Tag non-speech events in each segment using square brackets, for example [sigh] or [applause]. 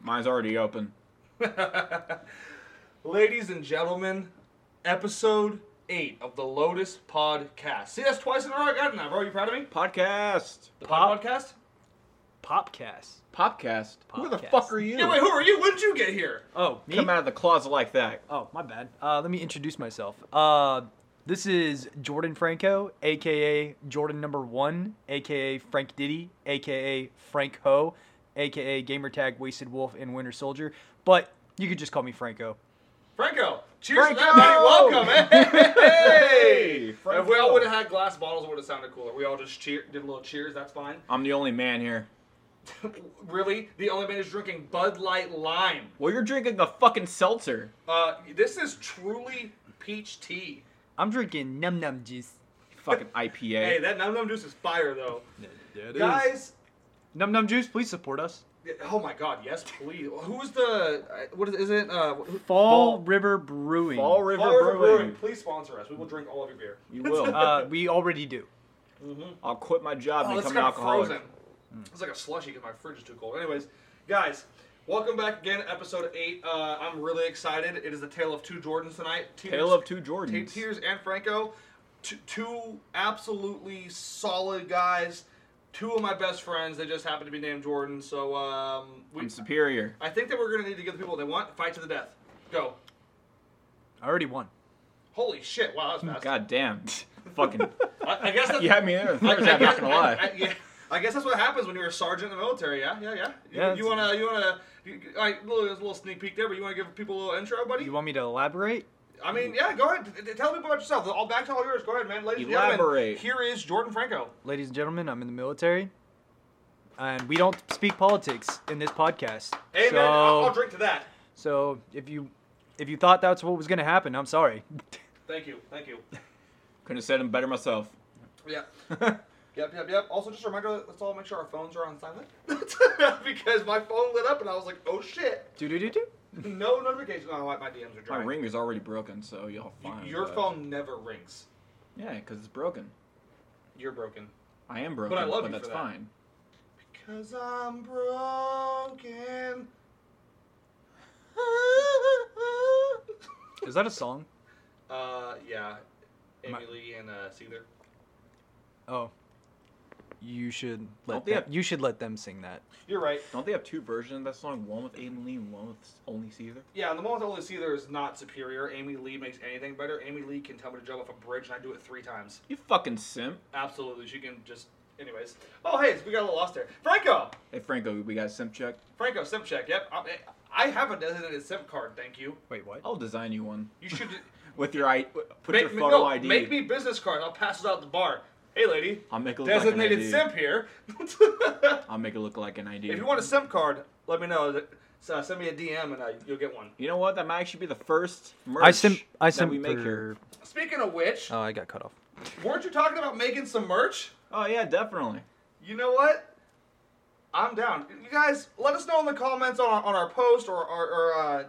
Mine's already open. Ladies and gentlemen, episode eight of the Lotus Podcast. See, that's twice in a row I got it now, bro. You proud of me? Podcast. The Pop- podcast? Popcast. Popcast. Who the Popcast. fuck are you? Yeah, wait, who are you? When did you get here? Oh, me? Come out of the closet like that. Oh, my bad. Uh, let me introduce myself. Uh, this is Jordan Franco, aka Jordan Number One, aka Frank Diddy, aka Frank Ho, aka Gamertag Wasted Wolf and Winter Soldier. But you could just call me Franco. Franco. Cheers to Franco! that, buddy. Welcome. Hey! Hey, if we all would have had glass bottles, it would have sounded cooler. We all just cheer- did a little cheers. That's fine. [laughs] I'm the only man here. really? The only man is drinking Bud Light Lime. Well, you're drinking a fucking seltzer. Uh, this is truly peach tea. I'm drinking Num Num Juice. [laughs] Fucking IPA. Hey, that Num Num Juice is fire, though. Guys, Num Num Juice, please support us. oh my god, yes, please. Who's the, uh, what is, is it, uh, who- Fall- Fall, River Brewing. Fall River, Fall River Brewing. Brewing, please sponsor us. We will drink all of your beer. You will. [laughs] Uh, we already do. I'll quit my job Oh, and it's become kind an of alcoholic. frozen. It's like a slushy because my fridge is too cold. Anyways, guys, welcome back again, episode eight. Uh, I'm really excited. It is the tale of two Jordans tonight. Tears, Tale of two Jordans. Tears and Franco, t- two absolutely solid guys. Two of my best friends. They just happen to be named Jordan. So um, we, I'm superior. I think that we're gonna need to give the people what they want. Fight to the death. Go. I already won. Holy shit! Wow, that was fast. Oh, God [laughs] damn. fucking. I, I guess [laughs] that's You had me there. There's I that, not guess- gonna [laughs] I, lie. I- yeah. I guess that's what happens when you're a sergeant in the military. Yeah, yeah, yeah. You, Yeah, you it's- wanna, you wanna, you, all right, little, little sneak peek there, but you wanna give people a little intro, buddy? You want me to elaborate? I mean, yeah, go ahead. T- t- Tell people about yourself. All back to all yours. Go ahead, man. Ladies and gentlemen, Elaborate. here is Jordan Franco. Ladies and gentlemen, I'm in the military, and we don't speak politics in this podcast. Amen. So, I'll, I'll drink to that. so if you if you thought that's what was gonna happen, I'm sorry. [laughs] Thank you. Thank [laughs] you. Couldn't have said him better myself. Yeah. Yep, yep, yep. Also, just a reminder, let's all make sure our phones are on silent [laughs] because my phone lit up and I was like, "Oh shit!" Do do do do. No notification. Oh, my my DMs are My dry. ring is already broken, so y'all Y- fine. Your but- phone never rings. Yeah, because it's broken. You're broken. I am broken, But I love you that's for that. fine. Cause I'm broken. Is that a song? [laughs] uh, yeah. Amy My- Lee and uh, Seether. Oh, you should let Don't they them, have- you should let them sing that. You're right. Don't they have two versions of that song? One with Aiden Lee and one with only Caesar? Yeah, and the moment only Seether is not superior. Amy Lee makes anything better. Amy Lee can tell me to jump off a bridge, and I do it three times. You fucking simp. Absolutely, she can just. Anyways. Oh, hey, we got a little lost there. Franco. Hey, Franco, we got a simp check. Franco, simp check. Yep. I, I have a designated simp card. Thank you. Wait, what? I'll design you one. You should With your I. Put your make, me, photo no, ID. make me business card. I'll pass it out at the bar. Hey, lady. I'll make it look designated like an ID. simp [laughs] here. I'll make it look like an ID. if you want a simp card, let me know. So send me a DM and uh, you'll get one. You know what? That might actually be the first merch I sim I that sim we make here. Speaking of which, Uh. Oh, I got cut off. weren't you talking about making some merch? Oh yeah, definitely. You know what? I'm down. You guys, let us know in the comments on our, on our post or or, or uh,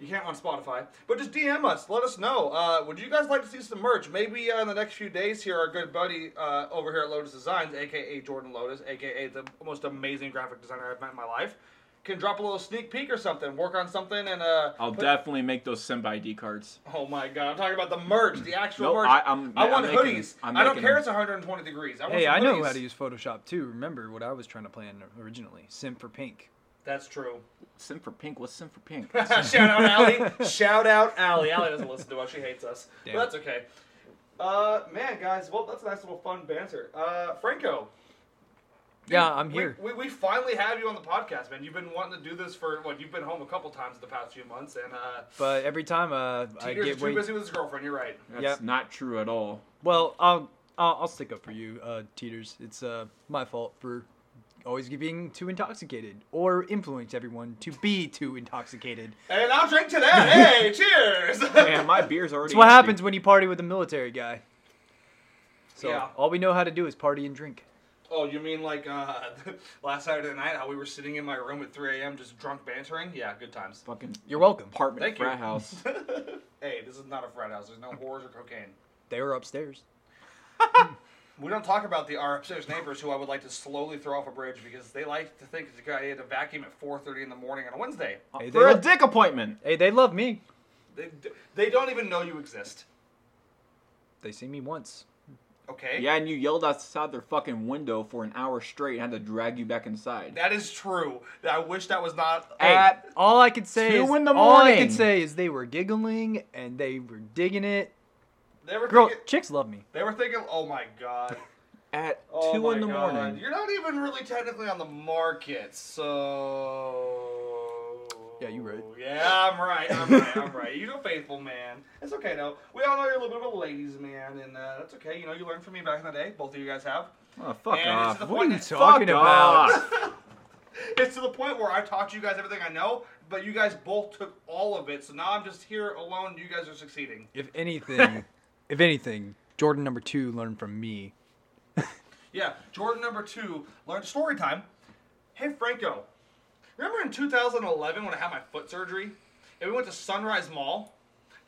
you can't on Spotify, but just DM us. Let us know. Uh, would you guys like to see some merch? Maybe uh, in the next few days here, our good buddy uh, over here at Lotus Designs, aka Jordan Lotus, aka the most amazing graphic designer I've met in my life, can drop a little sneak peek or something, work on something, and uh, I'll put- definitely make those simp ID cards. Oh my god! I'm talking about the merch, the actual No, merch. I- I'm- I want I'm making- hoodies. I'm I don't making care. them. It's 120 degrees. I want Hey, some I know hoodies. how to use Photoshop too. Remember what I was trying to plan originally? Simp for pink. That's true. Simp for pink. What's simp for [laughs] pink? Shout out [laughs] Allie. Shout out Allie. Allie doesn't listen to us. She hates us. Damn. But that's okay. Uh, man, guys, well, that's a nice little fun banter. Uh, Franco. Yeah, I'm we- here. We, we, finally have you on the podcast, man. You've been wanting to do this for what? You've been home a couple times the past few months, and uh, But every time uh, I Peter's get too way busy with his girlfriend. You're right. That's Yep. not true at all. Well, I'll, I'll I'll stick up for you, uh, Teeters. It's uh, my fault for always being too intoxicated or influence everyone to be too intoxicated. And I'll drink to [laughs] that. hey, cheers. Man, my beer's already. That's what empty. happens when you party with a military guy. So Yeah. all we know how to do is party and drink. [laughs] Oh, you mean like uh, [laughs] last Saturday night how we were sitting in my room at 3 a.m. just drunk bantering? Yeah, good times. [laughs] Fucking You're welcome. apartment Thank you. frat house. [laughs] hey, this is not a frat house. There's no whores or cocaine. They were upstairs. We don't talk about the our upstairs neighbors who I would like to slowly throw off a bridge because they like to think it's a good idea to vacuum at 4:30 in the morning on a Wednesday. Hey, Uh, for they a look- dick appointment. Hey, they love me. They, they don't even know you exist. They see me once. Okay. Yeah, and you yelled outside their fucking window for an hour straight and had to drag you back inside. That is true. I wish that was not. Hey. At all I could say Two is in the all I morning. could say is they were giggling and they were digging it. they were Girl, thinking. chicks love me. They were thinking. Oh my god. At Oh two my in the God. morning. You're not even really technically on the market, so. Yeah, you right. Yeah, I'm right. I'm right. I'm right. You're a faithful man. It's okay though. We all know you're a little bit of a ladies' man, and uh, that's okay. You know, you learned from me back in the day. Both of you guys have. Oh, fuck And it's to off. the What are you point- talking Fuck about? off. It's to the point where I taught you guys everything I know, but you guys both took all of it. So now I'm just here alone. You guys are succeeding. If [laughs] anything, if anything, Jordan number two learned from me. Yeah, Jordan number two learned story time. Hey Franco, remember in 2011 when I had my foot surgery and we went to Sunrise Mall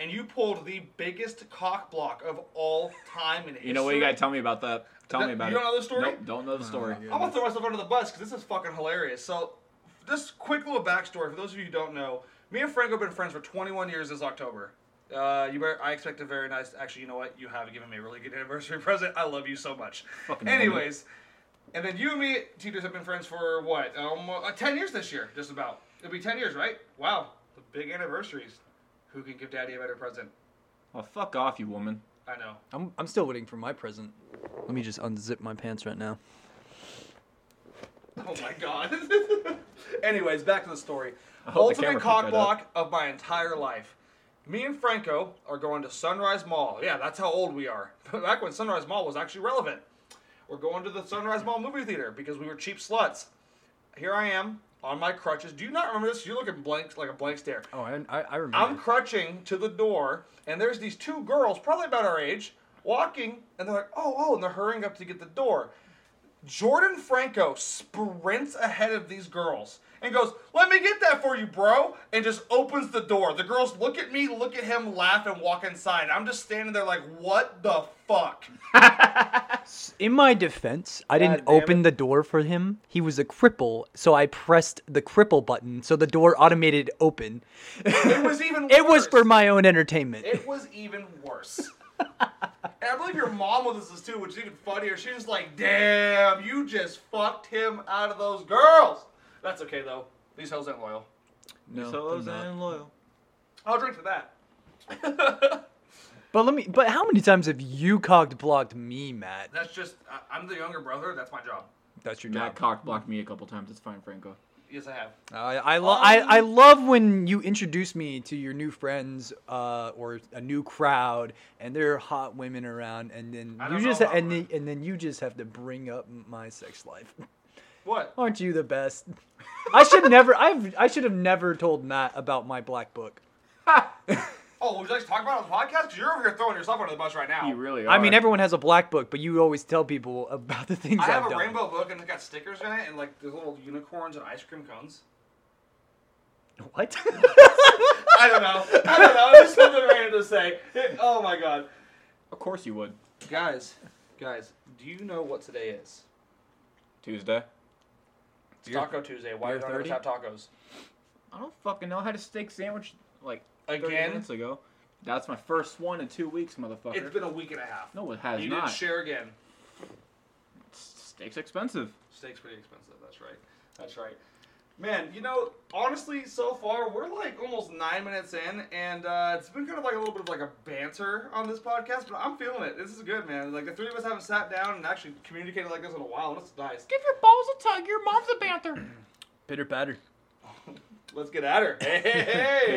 and you pulled the biggest cock block of all time in history? You know what? You gotta tell me about that. Tell That- me about you it. don't know the story? Oh Nope, don't know the story. I'm gonna throw myself under the bus because this is fucking hilarious. So, just quick little backstory for those of you who don't know. Me and Franco have been friends for 21 years this October. Uh, you were, I expect a very nice. Actually, you know what? You have given me a really good anniversary [laughs] present. I love you so much. Fucking Anyways, and then you and me, Tito's, have been friends for what? Um, uh, 10 years this year, just about. It'll be 10 years, right? Wow, the big anniversaries. Who can give Daddy a better present? Well, Oh, fuck off, you woman. I know. I'm, I'm still waiting for my present. Let me just unzip my pants right now. Oh my god. [laughs] Anyways, back to the story. hope the Ultimate camera picked cock that block of my entire life. Me and Franco are going to Sunrise Mall. Yeah, that's how old we are. [laughs] Back when Sunrise Mall was actually relevant. We're going to the Sunrise Mall movie theater because we were cheap sluts. Here I am on my crutches. Do you not remember this? You're looking blank like a blank stare. Oh, I, I, I remember. I'm crutching to the door, and there's these two girls, probably about our age, walking, and they're like, oh, oh, and they're hurrying up to get the door. Jordan Franco sprints ahead of these girls and goes, let me get that for you, bro, and just opens the door. The girls look at me, look at him, laugh, and walk inside. I'm just standing there like, what the fuck? In my defense, I didn't damn open the door for him. He was a cripple, so I pressed the cripple button, so the door automated open. It was even It was worse. for my own entertainment. It was even [laughs] worse. and I believe your mom was this too, which is even funnier. She was like, damn, you just fucked him out of those girls. That's okay though. These hoes ain't loyal. No, so I'm not. and loyal. I'll drink to that. [laughs] But let me. But how many times have you cogged blocked me, Matt? That's just, I, I'm the younger brother. That's my job. That's your Matt job. cock blocked me a couple times. It's fine, Franco. Yes, I have. I Oh, I, lo- I I love when you introduce me to your new friends uh, or a new crowd, and there are hot women around, and then I you don't just know about and women. then, and then you just have to bring up my sex life. What? [laughs] Aren't you the best? I should never. I've I should have never told Matt about my black book. Oh, would you like to talk about it on the podcast? 'Cause you're over here throwing yourself under the bus right now. You really are. I mean, everyone has a black book, but you always tell people about the things I have have a done. rainbow book and it's got stickers in it and like there's little unicorns and ice cream [laughs] cones. [laughs] What? I don't know. I don't know. It's just something random to say. Oh my god. Of course you would. Guys, guys, do you know what today is? Tuesday. It's Taco Tuesday. Why Beer don't others 30? have tacos? I don't fucking know. I had a steak sandwich like 30 Again? minutes ago. That's my first one in two weeks, motherfucker. It's been a week and a half. no, it has you not. didn't share again. Steak's expensive. Steak's pretty expensive. That's right. That's right. Man, you know, honestly, so far we're like almost nine minutes in, and uh, it's been kind of like a little bit of like a banter on this podcast, but I'm feeling it. This is good, man. Like the three of us haven't sat down and actually communicated like this in a while, and it's nice. Give your balls a tug. Your mom's a banter. Bitter batter. Let's get [laughs] at her. Hey, hey, Get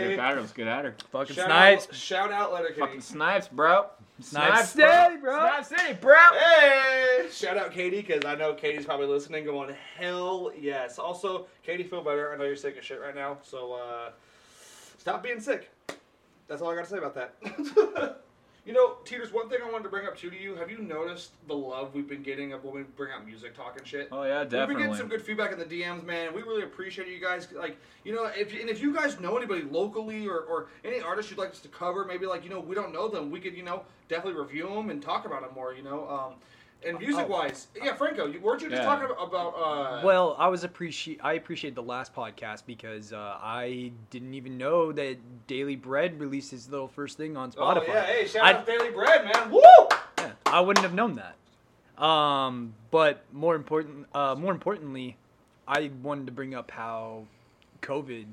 her hey. batter. Let's get at her. Fucking Shout snipes. out, shout out, Letterkenny. Fucking snipes, bro. Snipes City, bro. Snipes City, bro. Hey! Shout out Katie because I know Katie's probably listening, going hell yes. Also, Katie, feel better. I know you're sick as shit right now, so uh, stop being sick. That's all I gotta say about that. [laughs] you know, Teeters, one thing I wanted to bring up too to you: Have you noticed the love we've been getting of when we bring out music talk and shit? Oh yeah, We've been getting definitely. some good feedback in the DMs, man. We really appreciate you guys. Like, you know, if and if you guys know anybody locally or, or any artist you'd like us to cover, maybe like you know we don't know them, we could you know definitely review them and talk about them more. You know, um, And music wise, Oh. yeah, Franco, you, weren't you just Yeah. talking about, about uh, Well, I was appreciate I appreciate the last podcast because uh, I didn't even know that Daily Bread released his little first thing on Oh Spotify. yeah, hey, shout I, out Daily Bread, man. Woo! yeah, I wouldn't have known that. Um, but more important, uh, more importantly, I wanted to bring up how COVID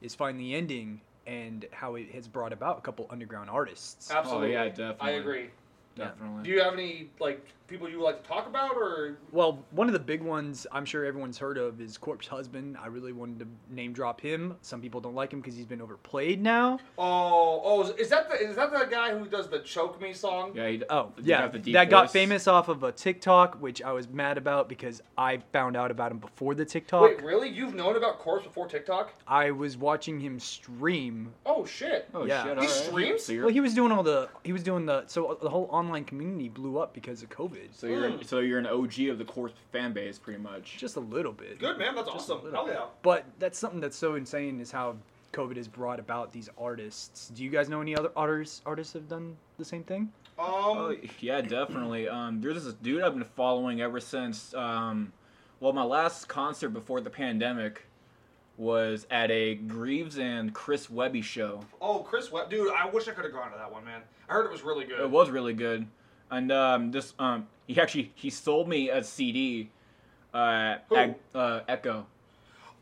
is finally ending and how it has brought about a couple underground artists. Absolutely, Oh, yeah, definitely. I agree. Definitely. Do you have any like people you would like to talk about, or Well, one of the big ones I'm sure everyone's heard of is Corpse Husband. I really wanted to name drop him. Some people don't like him because he's been overplayed now. oh, oh, is, is that the is that the guy who does the choke me song? Yeah, he, Oh, you yeah. have the deep that got voice. famous off of a TikTok, which I was mad about because I found out about him before the TikTok. Wait, really? You've known about Corpse before TikTok? I was watching him stream. Oh shit! Oh Yeah. shit! He alright. streams? So you're, Well, he was doing all the he was doing the so uh, the whole online community blew up because of COVID. so you're Mm. so you're an OG of the corpse fan base, pretty much. Just a little bit. Good man, that's Just a awesome. Hell little bit. yeah! But that's something that's so insane is how COVID has brought about these artists. Do you guys know any other artists artists have done the same thing? Oh, Um, yeah, definitely. Um, there's this dude I've been following ever since. Um, well, my last concert before the pandemic was at a Greaves and Chris Webby show. oh, Chris Webb, dude, I wish I could have gone to that one, man. I heard it was really good. It was really good, and um, this um, he actually he sold me a CD. Uh, Who? at, uh, Echo.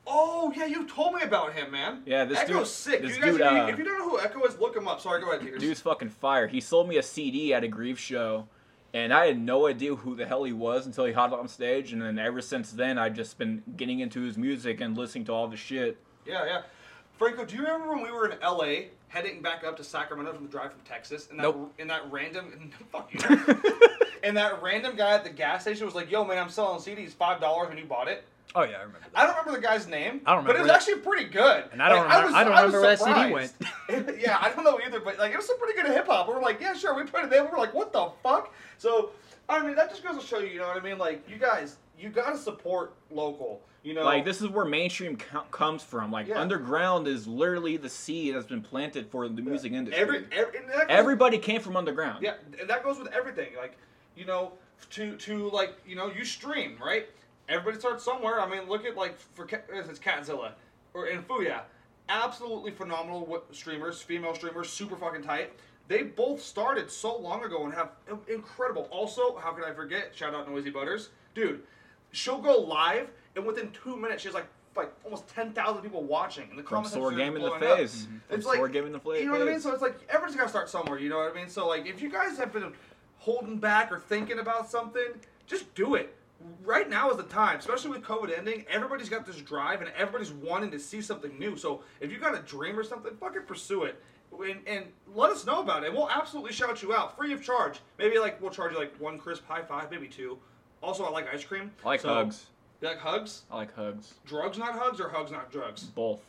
Oh yeah, you told me about him, man. Yeah, this Echo's dude- sick. this you guys, dude, if you- uh, if you don't know who Echo is, look him up. Sorry, go ahead, Peters. Dude's fucking fire. He sold me a CD at a Grief show, and I had no idea who the hell he was until he hopped on stage. And then ever since then, I've just been getting into his music and listening to all the shit. Yeah, yeah. Franco, do you remember when we were in LA heading back up to Sacramento from the drive from Texas and that Nope. and that random [laughs] fuck you. [laughs] and that random guy at the gas station was like, "Yo man, I'm selling CDs $5 and you bought it?" Oh yeah, I remember that. I don't remember the guy's name, I don't but it was remember. actually pretty good. And I don't Like, remember- I don't remember where that CD surprised. [laughs] yeah, I don't know either, but like it was some pretty good hip hop. We were like, yeah, sure, we put it in. We were like, what the fuck? So, I mean, that just goes to show you, you know what I mean? Like, you guys, you gotta support local. You know, Like this is where mainstream co- comes from. Like Yeah. underground is literally the seed that's been planted for the music industry. every, every and that goes- Everybody came from underground. Yeah, and that goes with everything. Like, you know, to to like you know, you stream right. Everybody starts somewhere. I mean, look at like for Ca- it's Catzilla or and Fuya, absolutely phenomenal w- streamers, female streamers, super fucking tight. They both started so long ago and have in- incredible. Also, how could I forget? Shout out Noisy Butters, dude. She'll go live and within two minutes she's like like almost ten thousand people watching. And the From comments Sore Game in the face. Face. From Sore Game in the Face. Mm-hmm. You know what I mean? So it's like everyone's gotta start somewhere. You know what I mean? So like if you guys have been holding back or thinking about something, just do it. Right now is the time, especially with COVID ending. Everybody's got this drive and everybody's wanting to see something new. So if you got a dream or something, fucking pursue it. And, and let us know about it. We'll absolutely shout you out free of charge. Maybe like we'll charge you like one crisp high five, maybe two. Also, I like ice cream. I like So- hugs. You like hugs? I like hugs. Drugs not hugs or hugs not drugs? Both.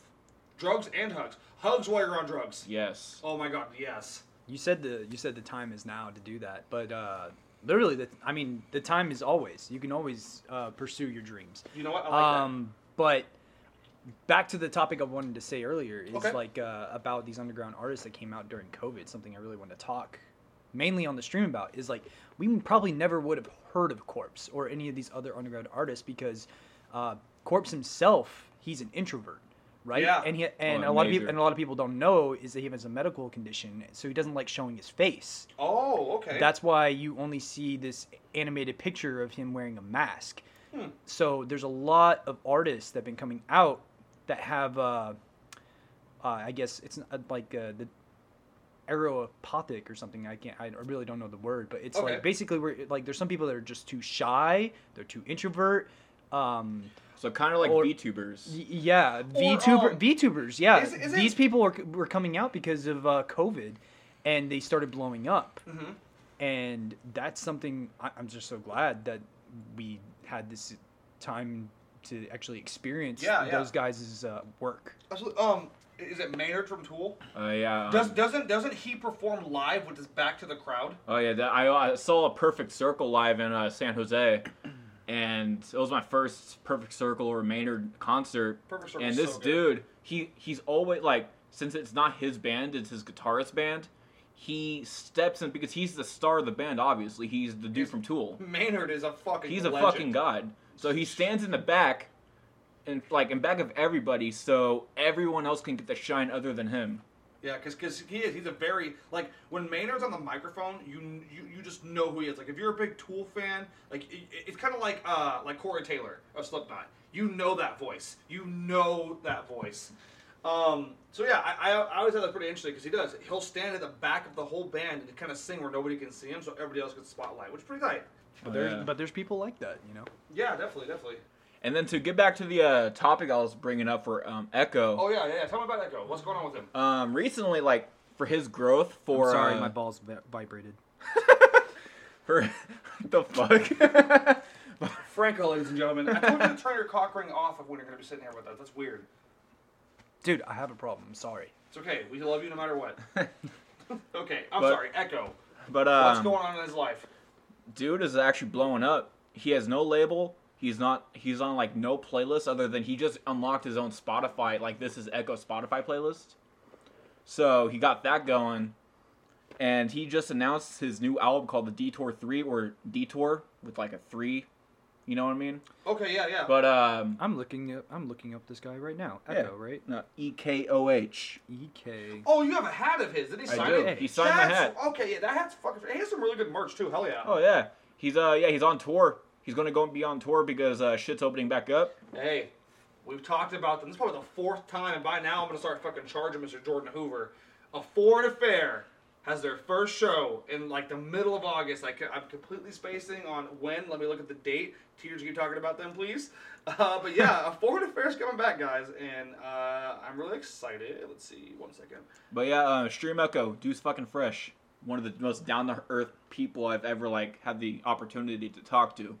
Drugs and hugs. Hugs while you're on drugs. Yes. Oh my god, yes. You said the you said the time is now to do that, but uh, literally, the, I mean, the time is always. You can always uh, pursue your dreams. You know what? I like um, but back to the topic I wanted to say earlier is Okay. like uh, about these underground artists that came out during COVID. Something I really want to talk mainly on the stream about is like we probably never would have heard of Corpse or any of these other underground artists because uh, Corpse himself he's an introvert, right? Yeah. And he and Oh, a lot of major. people and a lot of people don't know is that he has a medical condition, so he doesn't like showing his face. that. Oh, okay. That's why you only see this animated picture of him wearing a mask. Hmm. So there's a lot of artists that have been coming out that have, uh, uh, I guess it's uh, like uh, the aeropathic or something. I can't, I really don't know the word, but it's Okay. like basically where like there's some people that are just too shy, they're too introvert. Um, So kind of like Or- VTubers. y- yeah, um, VTuber, VTubers, yeah. is- is These it- people were, were coming out because of uh, COVID, and they started blowing up hmm and that's something I, I'm just so glad that we had this time to actually experience Yeah, yeah. those guys' uh, work. Absolutely. Um, is it Maynard from Tool? Uh, yeah. um, Does doesn't doesn't he perform live with his back to the crowd? Oh yeah, that, I, I saw a Perfect Circle live in uh, San Jose, and it was my first Perfect Circle or Maynard concert. Perfect Circle's And this so good. dude, he he's always like, since it's not his band, it's his guitarist band. he steps in because he's the star of the band. Obviously, he's the dude from Tool. Maynard is a fucking. He's a legend. fucking god. So he stands in the back, and like in back of everybody, so everyone else can get the shine other than him. Yeah, because he is. He's a very like when Maynard's on the microphone, you you, you just know who he is. Like if you're a big Tool fan, like it, it's kind of like uh like Corey Taylor of Slipknot. You know that voice. You know that voice. Um, so yeah, I, I, I always thought that's pretty interesting because he does. He'll stand at the back of the whole band and kind of sing where nobody can see him, so everybody else gets spotlight, which is pretty tight. But Oh, there's yeah. but there's people like that, you know. Yeah, definitely, definitely. And then to get back to the uh, topic I was bringing up for um, Echo, Oh yeah, yeah. yeah. Tell me about Echo. What's going on with him? um, recently, like for his growth, for I'm sorry, uh, my balls vi- vibrated. for [laughs] the fuck. [laughs] Franco, ladies and gentlemen. I told you to turn your cock ring off of when you're going to be sitting here with us. That's weird. Dude, I have a problem. I'm sorry. It's okay. We love you no matter [laughs] what. okay, I'm But- sorry. Echo. but What's um, going on in his life? dude is actually blowing up. He has no label. He's not. He's on like no playlist other than he just unlocked his own Spotify. Like this is Echo Spotify playlist. So he got that going, and he just announced his new album called The Detour Three or Detour with like a three. You know what I mean? Okay, yeah, yeah. But um, I'm looking up I'm looking up this guy right now. Yeah. Echo, right? no, E K O H. E K. oh, you have a hat of his. Did he I sign do. it? He signed my That's- hat. Okay, yeah, that hat's fucking. He has some really good merch too. Hell yeah. Oh yeah, he's uh yeah he's on tour. He's gonna go and be on tour because uh, shit's opening back up. Hey, we've talked about them. This is probably the fourth time, and by now I'm gonna start fucking charging Mr. Jordan Hoover. A foreign affair has their first show in like the middle of August. I, am completely spacing on when. Let me look at the date. Teachers, keep talking about them, please. Uh, but yeah, a foreign affair is coming back, guys, and uh, I'm really excited. Let's see, one second. But yeah, uh, Stream Echo, dude's fucking fresh. One of the most down to earth people I've ever like had the opportunity to talk to,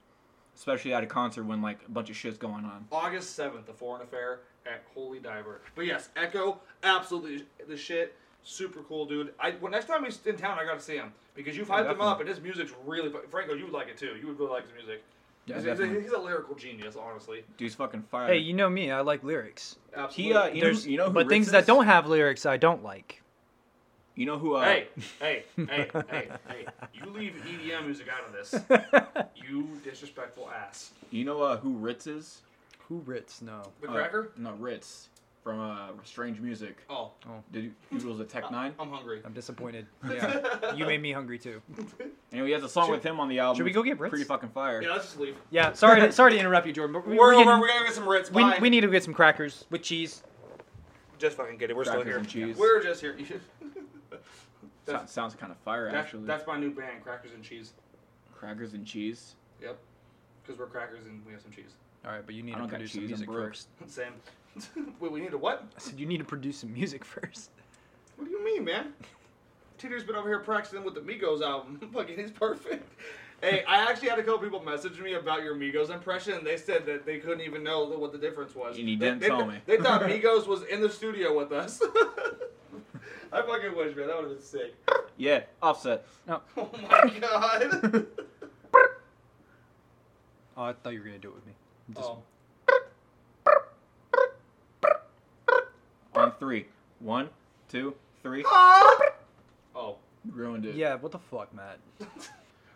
especially at a concert when like a bunch of shit's going on. August 7th, The Foreign Affair at Holy Diver. But yes, Echo, absolutely the shit. Super cool, dude. I well, next time he's in town, I gotta see him because you've hyped him definitely. up, and his music's really. fu- Franco, you would like it too. You would really like his music. Yeah, he's, he's a, definitely. he's a lyrical genius, honestly. Dude's fucking fire. Hey, you know me, I like lyrics. Absolutely. he uh, you know, There's you know who but Ritz things is? that don't have lyrics I don't [laughs] like. You know who? Uh, hey, [laughs] hey, hey, hey, hey! You leave EDM music out of this. You disrespectful ass. You know uh, who Ritz is? Who Ritz? No. The Uh, cracker? no, Ritz from uh, Strange Music. Oh, Did he was a Tech Nine? I'm hungry. I'm disappointed. Yeah. [laughs] you made me hungry too. Anyway, he has a song Should- with him on the album. should we go get Pretty Ritz? fucking fire. Yeah, let's just leave. Yeah, sorry to, sorry to interrupt you, Jordan, but we, We're, we're over. getting- we're gonna get some Ritz. Bye. we, we need to get some crackers with cheese. Just fucking get it. We're Crackers and cheese. We're just here. [laughs] [laughs] So- that's, sounds kind of fire that's, actually. that's my new band, Crackers and Cheese. Crackers and cheese. Yep. Because we're crackers and we have some cheese. [laughs] All right, but you I need don't to got produce some cheese, I'm music broke. first. Same. [laughs] Wait, we need a what? I said you need to produce some music [laughs] first. What do you mean, man? Teeter's been over here practicing with the Migos album. [laughs] Fucking, he's perfect. Hey, I actually had a couple people message me about your Migos impression, and they said that they couldn't even know what the difference was. And you They- didn't they, tell me. [laughs] They thought Migos was in the studio with us. [laughs] I fucking wish, man. That would have been sick. [laughs] Yeah, offset. Oh my [laughs] god. Oh, I thought you were gonna do it with me. Just- oh. On three. One, two, three. Oh. Ruined it. Yeah, what the fuck, Matt?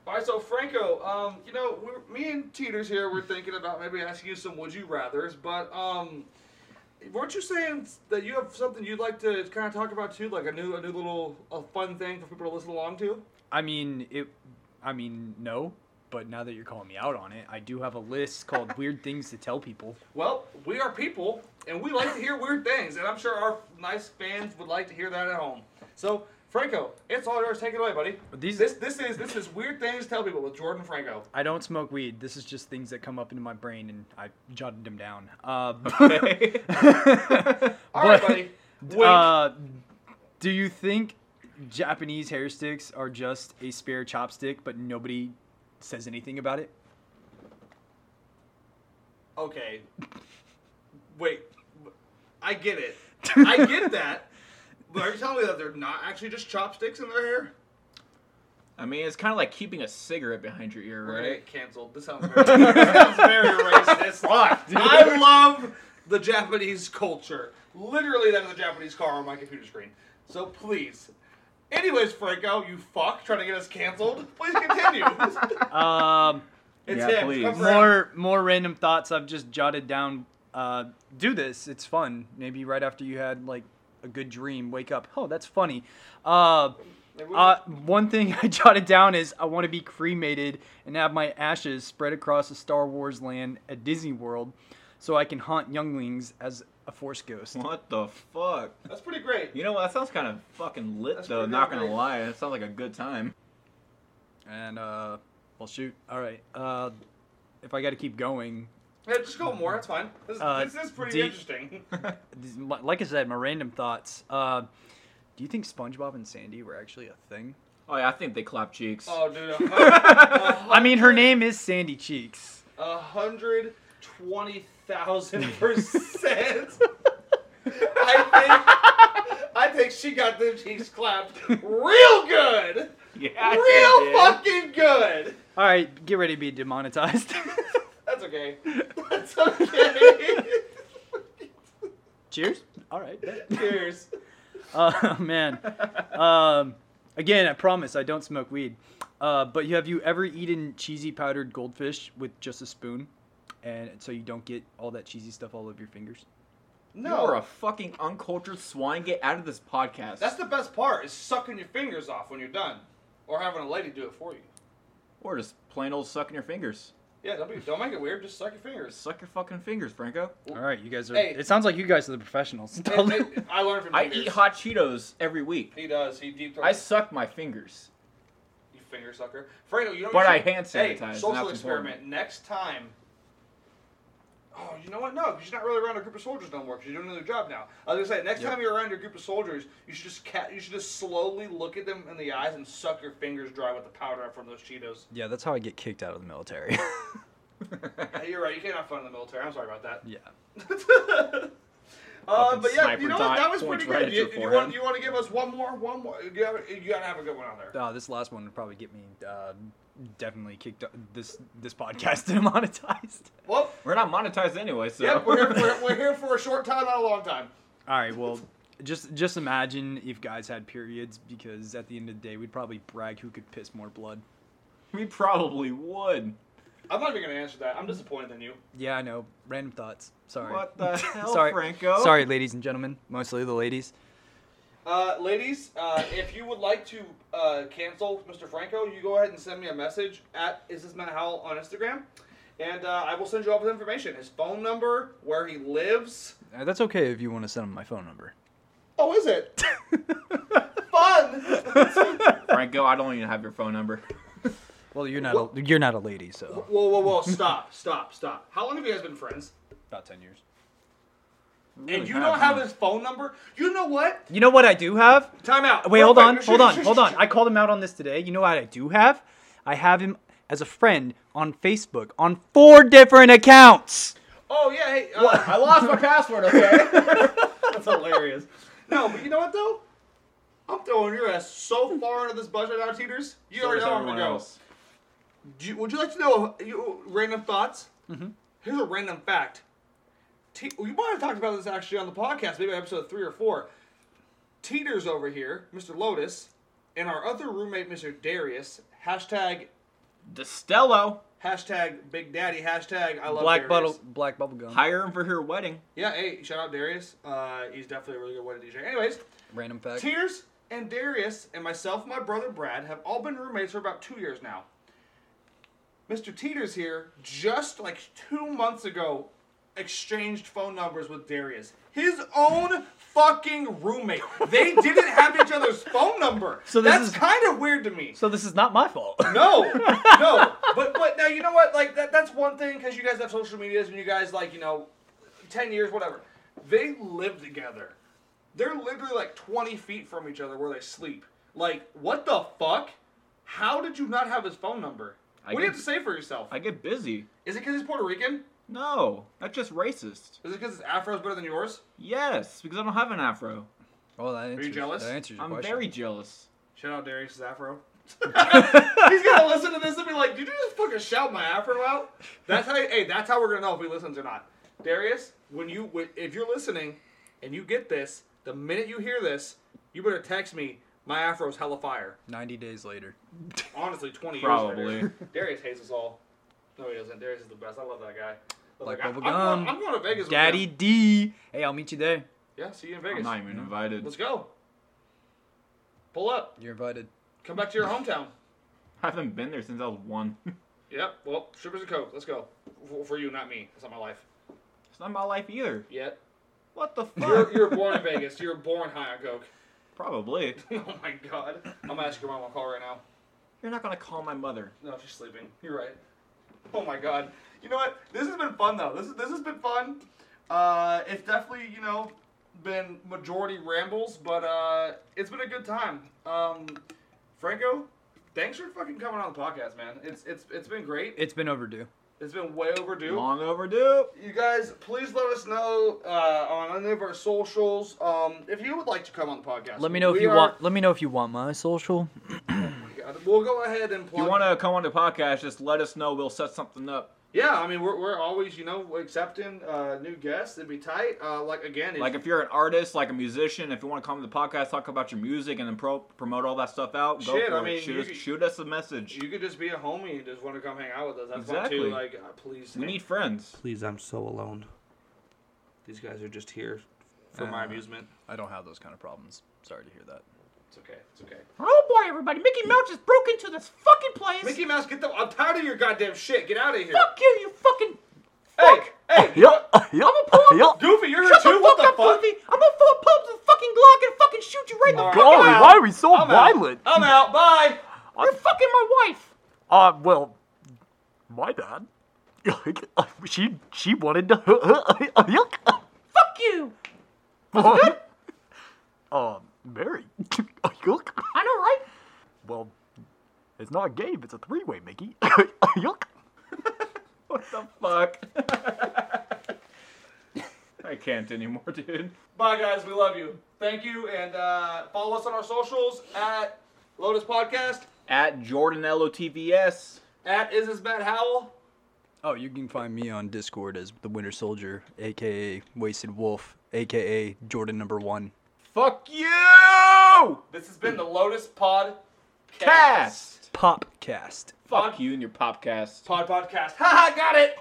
All right, so Franco, um, you know, we're, me and Teeters here were thinking about maybe asking you some would you rather's, but um, weren't you saying that you have something you'd like to kind of talk about too, like a new a new little a fun thing for people to listen along to? I mean it. I mean no, but now that you're calling me out on it, I do have a list [laughs] called weird things to tell people. Well, we are people, and we like to hear weird things, and I'm sure our nice fans would like to hear that at home. So, Franco, it's all yours. Take it away, buddy. These- this this is this is weird things to tell people with Jordan Franco. I don't smoke weed. This is just things that come up into my brain, and I jotted them down. [laughs] Uh, [laughs] Okay. All right, But- buddy. [laughs] Wait. Uh, do you think Japanese hair sticks are just a spare chopstick, but nobody says anything about it? okay. Wait, I get [laughs] it. I get that. But are you telling me that they're not actually just chopsticks in their hair? I mean, it's kind of like keeping a cigarette behind your ear, We're gonna right? get canceled. This sounds very, [laughs] this sounds very racist. [laughs] I love the Japanese culture. Literally, that is a Japanese car on my computer screen. So please, Anyways, Franco, you fuck, trying to get us canceled. Please [laughs] continue. Um, it's Yeah, him. please. [laughs] Come around. more more random thoughts I've just jotted down. Uh, do this; it's fun. Maybe right after you had like a good dream, wake up. Oh, that's funny. Uh, Maybe we- uh, one thing [laughs] I jotted down is I want to be cremated and have my ashes spread across the Star Wars land at Disney World, so I can haunt younglings as a Force ghost. What the fuck? That's pretty great. You know what? That sounds kind of fucking lit, That's though. pretty Not gonna great. lie, that sounds like a good time. And uh, well, shoot. All right. Uh, if I got to keep going, Yeah, just go more. That's fine. This, Uh, this is pretty do- interesting. [laughs] These- li- like I said, my random thoughts. Uh, do you think SpongeBob and Sandy were actually a thing? Oh yeah, I think they clap cheeks. oh, dude. I I mean, her name is Sandy Cheeks. A hundred twenty thousand [laughs] percent. I think I think she got them cheeks clapped real good, [laughs] yeah, they real did. fucking good. All right, get ready to be demonetized. [laughs] [laughs] That's okay. That's okay. Cheers. All right. Cheers. Uh, [laughs] man. Um, again, I promise I don't smoke weed. Uh, but have you ever eaten cheesy powdered goldfish with just a spoon, and so you don't get all that cheesy stuff all over your fingers? You are a No, fucking uncultured swine. Get out of this podcast. that's the best part is sucking your fingers off when you're done, or having a lady do it for you. or just plain old sucking your fingers. Yeah, don't be, don't make it weird. Just suck your fingers. Suck your fucking fingers, Franco. All right, you guys are. Hey. It sounds like you guys are the professionals. And- [laughs] and I learned from I fingers. Oh. eat hot Cheetos every week. He does. He deep I throats. suck my fingers. [laughs] You finger sucker. Fredo, you know. But you I hand sanitize, Hey, and social that's experiment. Next time. Oh, you know what? No, because you're not really around a group of soldiers no more. Because you're doing another job now. I was gonna say, next Yep. time you're around your group of soldiers, you should just cat. You should just slowly look at them in the eyes and suck your fingers dry with the powder from those Cheetos. [laughs] yeah, that's how I get kicked out of the military. [laughs] Hey, you're right. You can't have fun in the military. I'm sorry about that. yeah. Uh, [laughs] Fucking but yeah, sniper you know what? dot That was points pretty right at good. You, your you forehead. want you want to give us one more, one more. You gotta, you gotta have a good one on there. Uh, this last one would probably get me uh, definitely kicked uh, this this podcast [laughs] demonetized. Well, We're not monetized anyway, so. yep, we're here, [laughs] for, we're here for a short time, not a long time. All right, well, just just imagine if guys had periods because at the end of the day we'd probably brag who could piss more blood. [laughs] we probably would. I'm not even gonna answer that. I'm disappointed in you. Yeah, I know. Random thoughts. Sorry. What [laughs] the hell, Sorry. Franco? Sorry, ladies and gentlemen, mostly the ladies. Uh, ladies, uh, if you would like to uh, cancel Mr. Franco, you go ahead and send me a message at is this Matt Howell on Instagram, and uh, I will send you all his information, his phone number, where he lives. Uh, that's okay if you want to send them my [laughs] phone number. Oh, is it [laughs] fun? Franco, I don't even have your phone number. well, you're not a, you're not a lady, so whoa, whoa, whoa! Stop, stop, stop! How long have you guys been friends? about ten years. and you don't have his phone number? You know what? You know what I do have? Time out. Wait, Real hold quick. on, Shh, hold shh, on, shh, hold [laughs] shh, on. shh. I called him out on this today. You know what I do have? I have him as a friend on Facebook on four different accounts. Oh yeah, hey. Uh, I lost my password, [laughs] okay? That's hilarious. No, but you know what though? I'm throwing your ass so far into this budget now, Teeters. You already know I'm gonna go. Do you, would you like to know you, random thoughts? Mm-hmm. Here's a random fact. Te- we might have talked about this actually on the podcast, maybe episode three or four. Teeters over here, Mr. Lotus, and our other roommate, Mr. Darius. Hashtag Destello, hashtag Big Daddy. Hashtag I love Black Darius. bottle, black bubble gum. hire him for her wedding. Yeah, hey, shout out Darius. Uh, he's definitely a really good wedding DJ. Anyways, Random fact. Tears and Darius and myself, and my brother Brad, have all been roommates for about two years now. Mr. Teeters here, just like two months ago, exchanged phone numbers with Darius. His own fucking roommate. They didn't have each other's phone number. So So this That's is- kind of weird to me. so this is not my fault. No, no. But but now you know what? Like that, that's one thing because you guys have social medias and you guys like you know, ten years whatever. They live together. They're literally like twenty feet from each other where they sleep. Like what the fuck? How did you not have his phone number? I what do you did. have to say for yourself? I get busy. Is it because he's Puerto Rican? No, that's just racist. Is it because his afro is better than yours? Yes, because I don't have an afro. Well, that answers, jealous? That answers your I'm question. very jealous. Shout out Darius' [laughs] afro. He's gonna listen to this and be like, "Did you just fucking shout my afro out?" That's how. Hey, that's how we're gonna know if he listens or not. Darius, when you when- if you're listening and you get this, the minute you hear this, you better text me. My afro's hella fire. 90 days later. Honestly, 20 years Probably. later. [laughs] Darius hates us all. No, he doesn't. Darius is the best. I love that guy. But, Like I- bubble I'm, gum. going, I'm going to Vegas Daddy with him. D. Hey, I'll meet you there. Yeah, see you in I'm Vegas. not even invited. Let's go. Pull up. You're invited. Come back to your hometown. I haven't been there since I was one. [laughs] it's Yep. Well, strippers and coke. Let's go. For, for you, not me. That's not my life not my life either. yet. What the You're, [laughs] fuck? you're born in Vegas. You're born high on coke. [laughs] Probably. oh my god. I'm gonna ask your mom on call right now. You're not gonna call my mother. No, she's sleeping. You're right. Oh my god. You know what? This has been fun though. This is this has been fun. Uh, it's definitely you know been majority rambles, but uh, it's been a good time. Um, Franco, thanks for fucking coming on the podcast, man. It's it's it's been great. It's been overdue. It's been way overdue. Long overdue. You guys, please let us know uh, on any of our socials um, if you would like to come on the podcast. Let me know if We you are- want. Let me know if you want my social. Oh We'll go ahead and If you plug. wanna come on the podcast, just let us know. We'll set something up. Yeah, I mean, we're, we're always, you know, accepting uh, new guests. It'd be tight. Uh, like, again, if, Like if you're an artist, like a musician, if you want to come to the podcast, talk about your music and then pro- promote all that stuff out, go Shit, for I it. mean, shoot, you us, could- shoot us a message. [laughs] you could just be a homie and just want to come hang out with us, that's fun, Exactly. too. Like, uh, please. we need friends. [laughs] Please, I'm so alone. These guys are just here for my Uh. amusement. I don't have those kind of problems. Sorry to hear that. It's okay. It's okay. Oh boy, everybody! Mickey Mouse just broke into this fucking place. Mickey Mouse, get the. I'm tired of your goddamn shit. Get out of here. you, you fucking. Hey, hey. Yup. pull up- Goofy, you're here too? What the fuck? I'm gonna fill up pubs with fucking Glock and fucking shoot you right in the Alright. fucking Golly, mouth. why are we so I'm out. I'm out. Bye. You're fucking my wife. Uh, well, my bad. [laughs] she she wanted to. [laughs] yuck. Fuck you. [laughs] Uh, Mary. Yuck. I know, right? Well, it's not a game, it's a three way, Mickey. [laughs] Yuck. [laughs] What the fuck? I can't [laughs] anymore, dude. Bye, guys. We love you. Thank you, and uh, follow us on our socials at Lotus Podcast, At Jordan LOTVS. at Is Is Matt Howell. Oh, you can find me on Discord as the Winter Soldier, aka Wasted Wolf, aka Jordan Number One. Fuck you! This has been the Lotus Pod Cast! Popcast. Fuck you and your popcast. Pod Podcast. [laughs] Ha ha, got it.